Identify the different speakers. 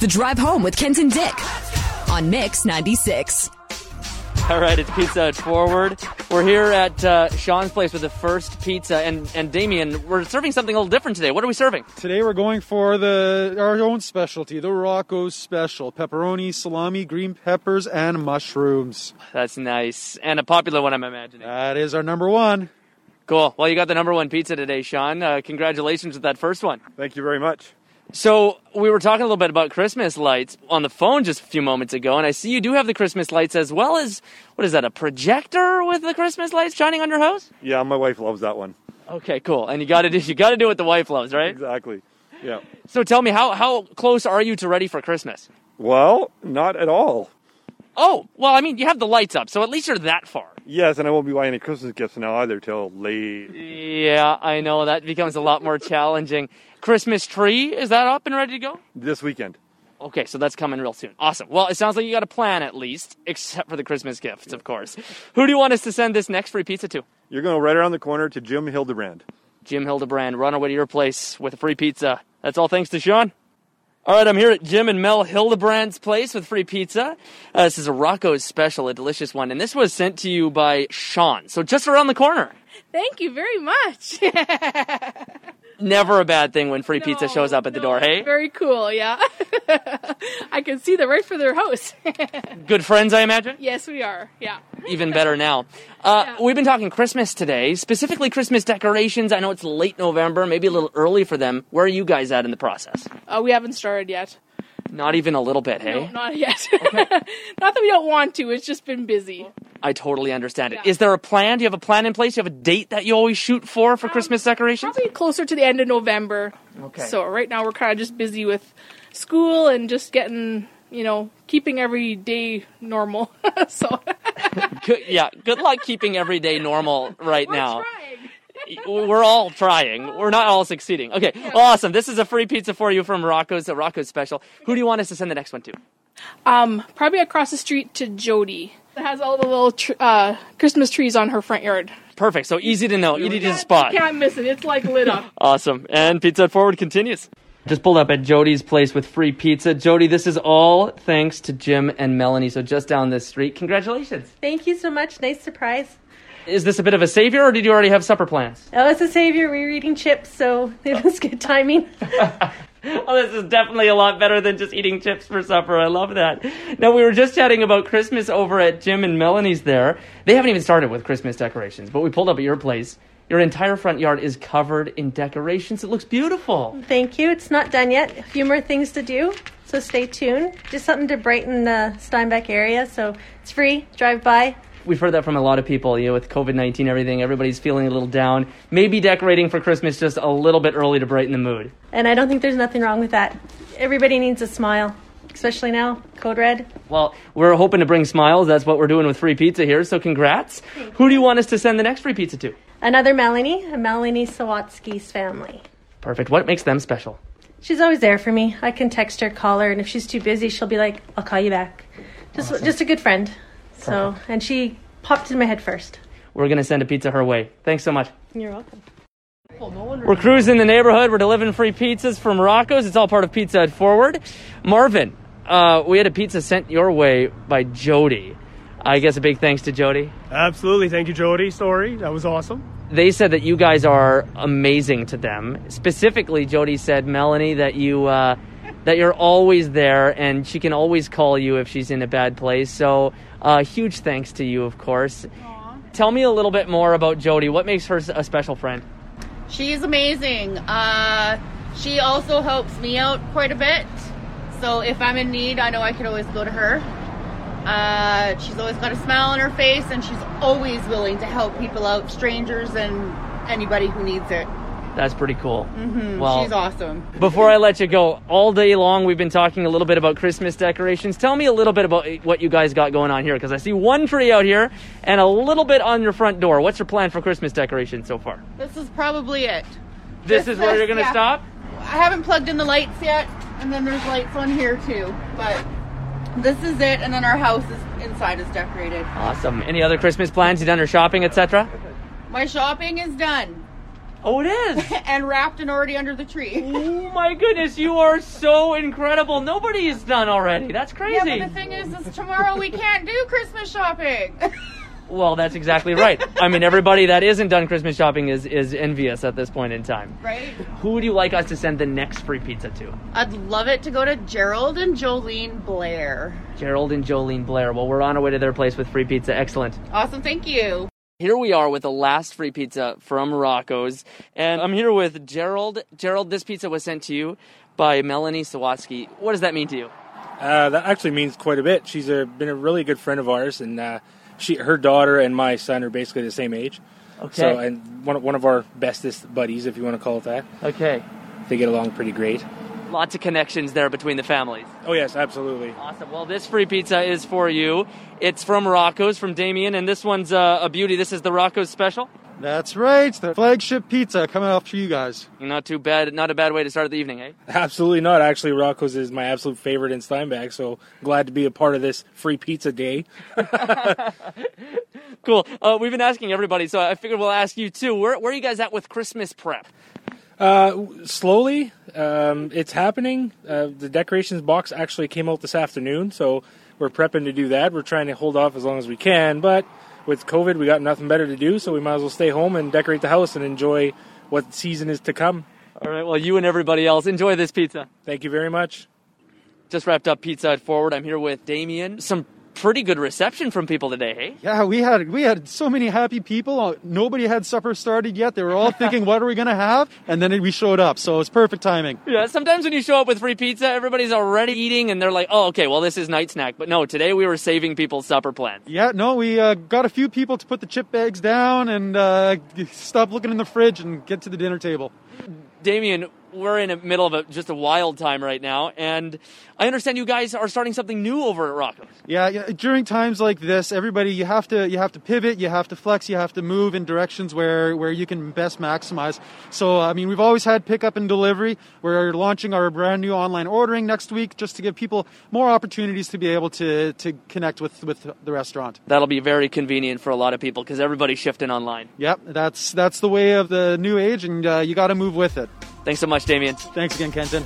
Speaker 1: the drive home with Kent and Dick on Mix 96.
Speaker 2: All right, it's Pizza Hut Forward. We're here at uh, Sean's place with the first pizza, and and Damien, we're serving something a little different today. What are we serving?
Speaker 3: Today we're going for the our own specialty, the Rocco's special: pepperoni, salami, green peppers, and mushrooms.
Speaker 2: That's nice, and a popular one, I'm imagining.
Speaker 3: That is our number one.
Speaker 2: Cool. Well, you got the number one pizza today, Sean. Uh, congratulations with that first one.
Speaker 4: Thank you very much.
Speaker 2: So we were talking a little bit about Christmas lights on the phone just a few moments ago, and I see you do have the Christmas lights as well as what is that? A projector with the Christmas lights shining on your house?
Speaker 4: Yeah, my wife loves that one.
Speaker 2: Okay, cool. And you got to do you got to do what the wife loves, right?
Speaker 4: Exactly. Yeah.
Speaker 2: So tell me, how how close are you to ready for Christmas?
Speaker 4: Well, not at all.
Speaker 2: Oh, well, I mean, you have the lights up, so at least you're that far.
Speaker 4: Yes, and I won't be buying any Christmas gifts now either till late.
Speaker 2: Yeah, I know that becomes a lot more challenging. Christmas tree is that up and ready to go?
Speaker 4: This weekend.
Speaker 2: Okay, so that's coming real soon. Awesome. Well, it sounds like you got a plan at least, except for the Christmas gifts, of course. Who do you want us to send this next free pizza to?
Speaker 4: You're going right around the corner to Jim Hildebrand.
Speaker 2: Jim Hildebrand, run away to your place with a free pizza. That's all thanks to Sean. All right, I'm here at Jim and Mel Hildebrand's place with free pizza. Uh, this is a Rocco's special, a delicious one, and this was sent to you by Sean. So just around the corner.
Speaker 5: Thank you very much.
Speaker 2: Never a bad thing when free pizza
Speaker 5: No,
Speaker 2: shows up at the
Speaker 5: no,
Speaker 2: door, hey?
Speaker 5: Very cool, yeah. I can see them right from their house.
Speaker 2: Good friends, I imagine?
Speaker 5: yes, we are, yeah.
Speaker 2: even better now. Uh,
Speaker 5: Yeah.
Speaker 2: We've been talking Christmas today, specifically Christmas decorations. I know it's late November, maybe a little early for them. Where are you guys at in the process?
Speaker 5: Uh, we haven't started yet.
Speaker 2: Not even a little bit, hey?
Speaker 5: No, not yet. not that we don't want to, it's just been busy.
Speaker 2: I totally understand it. Is
Speaker 5: Yeah.
Speaker 2: there a plan? Do you have a plan in place? Do you have a date that you always shoot for for Christmas decorations?
Speaker 5: Um, Probably closer to the end of November. Okay. So right now we're kind of just busy with school and just getting, you know, keeping every day normal. so
Speaker 2: Good- yeah, good luck keeping every day normal right
Speaker 5: we're
Speaker 2: now.
Speaker 5: trying.
Speaker 2: We're all trying. We're not all succeeding. Okay, awesome. This is a free pizza for you from Rocco's, the Rocco's special. Who do you want us to send the next one to?
Speaker 5: Um, probably across the street to Jody. That has all the little tr- uh, Christmas trees on her front yard.
Speaker 2: Perfect. So easy to know, easy to spot.
Speaker 5: Can't miss it. It's like lit up.
Speaker 2: Awesome. And Pizza Hut Forward continues. Just pulled up at Jody's place with free pizza. Jody, this is all thanks to Jim and Melanie. So just down this street. Congratulations.
Speaker 6: Thank you so much. Nice surprise.
Speaker 2: Is this a bit of a savior or did you already have supper plans?
Speaker 6: Oh, it's a savior. We were eating chips, so it was good timing.
Speaker 2: Oh, this is definitely a lot better than just eating chips for supper. I love that. Now, we were just chatting about Christmas over at Jim and Melanie's there. They haven't even started with Christmas decorations, but we pulled up at your place. Your entire front yard is covered in decorations. It looks beautiful.
Speaker 6: Thank you. It's not done yet. A few more things to do, so stay tuned. Just something to brighten the Steinbeck area, so it's free. Drive by.
Speaker 2: We've heard that from a lot of people, you know, with COVID 19, everything, everybody's feeling a little down. Maybe decorating for Christmas just a little bit early to brighten the mood.
Speaker 6: And I don't think there's nothing wrong with that. Everybody needs a smile, especially now. Code Red.
Speaker 2: Well, we're hoping to bring smiles. That's what we're doing with free pizza here, so congrats. Who do you want us to send the next free pizza to?
Speaker 6: Another Melanie, a Melanie Sawatsky's family.
Speaker 2: Perfect. What makes them special?
Speaker 6: She's always there for me. I can text her, call her, and if she's too busy, she'll be like, "I'll call you back." Just, just a good friend. So, and she popped in my head first.
Speaker 2: We're going to send a pizza her way. Thanks so much.
Speaker 6: You're welcome.
Speaker 2: We're cruising the neighborhood. We're delivering free pizzas from Rocco's. It's all part of Pizza Hut Forward. Marvin, uh, we had a pizza sent your way by Jody. I guess a big thanks to Jody.
Speaker 7: Absolutely. Thank you, Jody. Story. That was awesome.
Speaker 2: they said that you guys are amazing to them. Specifically, Jody said, Melanie, that you uh, that you're always there, and she can always call you if she's in a bad place. So, uh, huge thanks to you, of course. Tell me a little bit more about Jody. What makes her s- a special friend?
Speaker 8: She's amazing. Uh, she also helps me out quite a bit. So if I'm in need, I know I could always go to her. Uh, she's always got a smile on her face, and she's always willing to help people out, strangers and anybody who needs it.
Speaker 2: That's pretty cool. Mm-hmm. Well,
Speaker 8: she's awesome.
Speaker 2: before I let you go, all day long we've been talking a little bit about Christmas decorations. Tell me a little bit about eh, what you guys got going on here, because I see one tree out here and a little bit on your front door. What's your plan for Christmas decorations so far?
Speaker 8: This is probably it.
Speaker 2: This is where you're gonna
Speaker 8: Yeah.
Speaker 2: stop.
Speaker 8: I haven't plugged in the lights yet, and then there's lights on here too. But this is it, and then our house is inside is decorated.
Speaker 2: Awesome. Any other Christmas plans? You done your shopping, etc.?
Speaker 8: My shopping is done.
Speaker 2: Oh, it is.
Speaker 8: and wrapped and already under the tree.
Speaker 2: Oh my goodness, you are so incredible. Nobody is done already. That's
Speaker 8: Yeah,
Speaker 2: crazy.
Speaker 8: but the thing is, is tomorrow we can't do Christmas shopping.
Speaker 2: Well, that's exactly right. I mean, everybody that isn't done Christmas shopping is, is envious at this point in time.
Speaker 8: right?
Speaker 2: Who would you like us to send the next free pizza to?
Speaker 8: I'd love it to go to Gerald and Jolene Blair.
Speaker 2: Gerald and Jolene Blair. Well, we're on our way to their place with free pizza. Excellent.
Speaker 8: Awesome, thank you.
Speaker 2: Here we are with the last free pizza from Rocco's, and I'm here with Gerald. Gerald, this pizza was sent to you by Melanie Sawatsky. What does that mean to you?
Speaker 9: Uh, that actually means quite a bit. She's a, been a really good friend of ours, and uh, she, her daughter, and my son are basically the same age. So, and one of- one of our bestest buddies, if you want to call it that.
Speaker 2: okay.
Speaker 9: They get along pretty great.
Speaker 2: Lots of connections there between the families.
Speaker 9: Oh yes, absolutely.
Speaker 2: Awesome. Well, this free pizza is for you. It's from Rocco's, from Damien, and this one's uh, a beauty. This is the Rocco's special.
Speaker 3: That's right. The flagship pizza coming up for you guys.
Speaker 2: Not too bad. Not a bad way to start the evening, eh?
Speaker 9: Absolutely not. Actually, Rocco's is my absolute favorite in Steinbach, so glad to be a part of this free pizza day.
Speaker 2: Cool. Uh, we've been asking everybody, so I figured we'll ask you too. Where, where are you guys at with Christmas prep?
Speaker 9: Slowly, um, it's happening. Uh, the decorations box actually came out this afternoon, so we're prepping to do that. We're trying to hold off as long as we can, but with COVID, we got nothing better to do, so we might as well stay home and decorate the house and enjoy what season is to come.
Speaker 2: All right. Well, you and everybody else enjoy this pizza.
Speaker 9: Thank you very much.
Speaker 2: Just wrapped up Pizza Hut Forward. I'm here with Damien. Some pretty good reception from people today, hey?
Speaker 3: Yeah, we had we had so many happy people. Uh, Nobody had supper started yet. They were all thinking, "What are we gonna have?" And then we showed up, so it's perfect timing.
Speaker 2: Yeah, sometimes when you show up with free pizza, everybody's already eating and they're like, oh, okay, well, this is night snack. But no, today we were saving people's supper plans.
Speaker 3: Yeah, no, we uh, got a few people to put the chip bags down and uh, stop looking in the fridge and get to the dinner table.
Speaker 2: Damien, we're in the middle of a, just a wild time right now, and I understand you guys are starting something new over at Rocco's.
Speaker 3: Yeah, yeah, during times like this, everybody you have to you have to pivot, you have to flex, you have to move in directions where where you can best maximize. So, I mean, we've always had pickup and delivery. We're launching our brand new online ordering next week just to give people more opportunities to be able to to connect with with the restaurant.
Speaker 2: That'll be very convenient for a lot of people because everybody's shifting online.
Speaker 3: Yep, that's that's the way of the new age and uh, you got to move with it.
Speaker 2: Thanks so much, Damien.
Speaker 3: Thanks again, Kenton.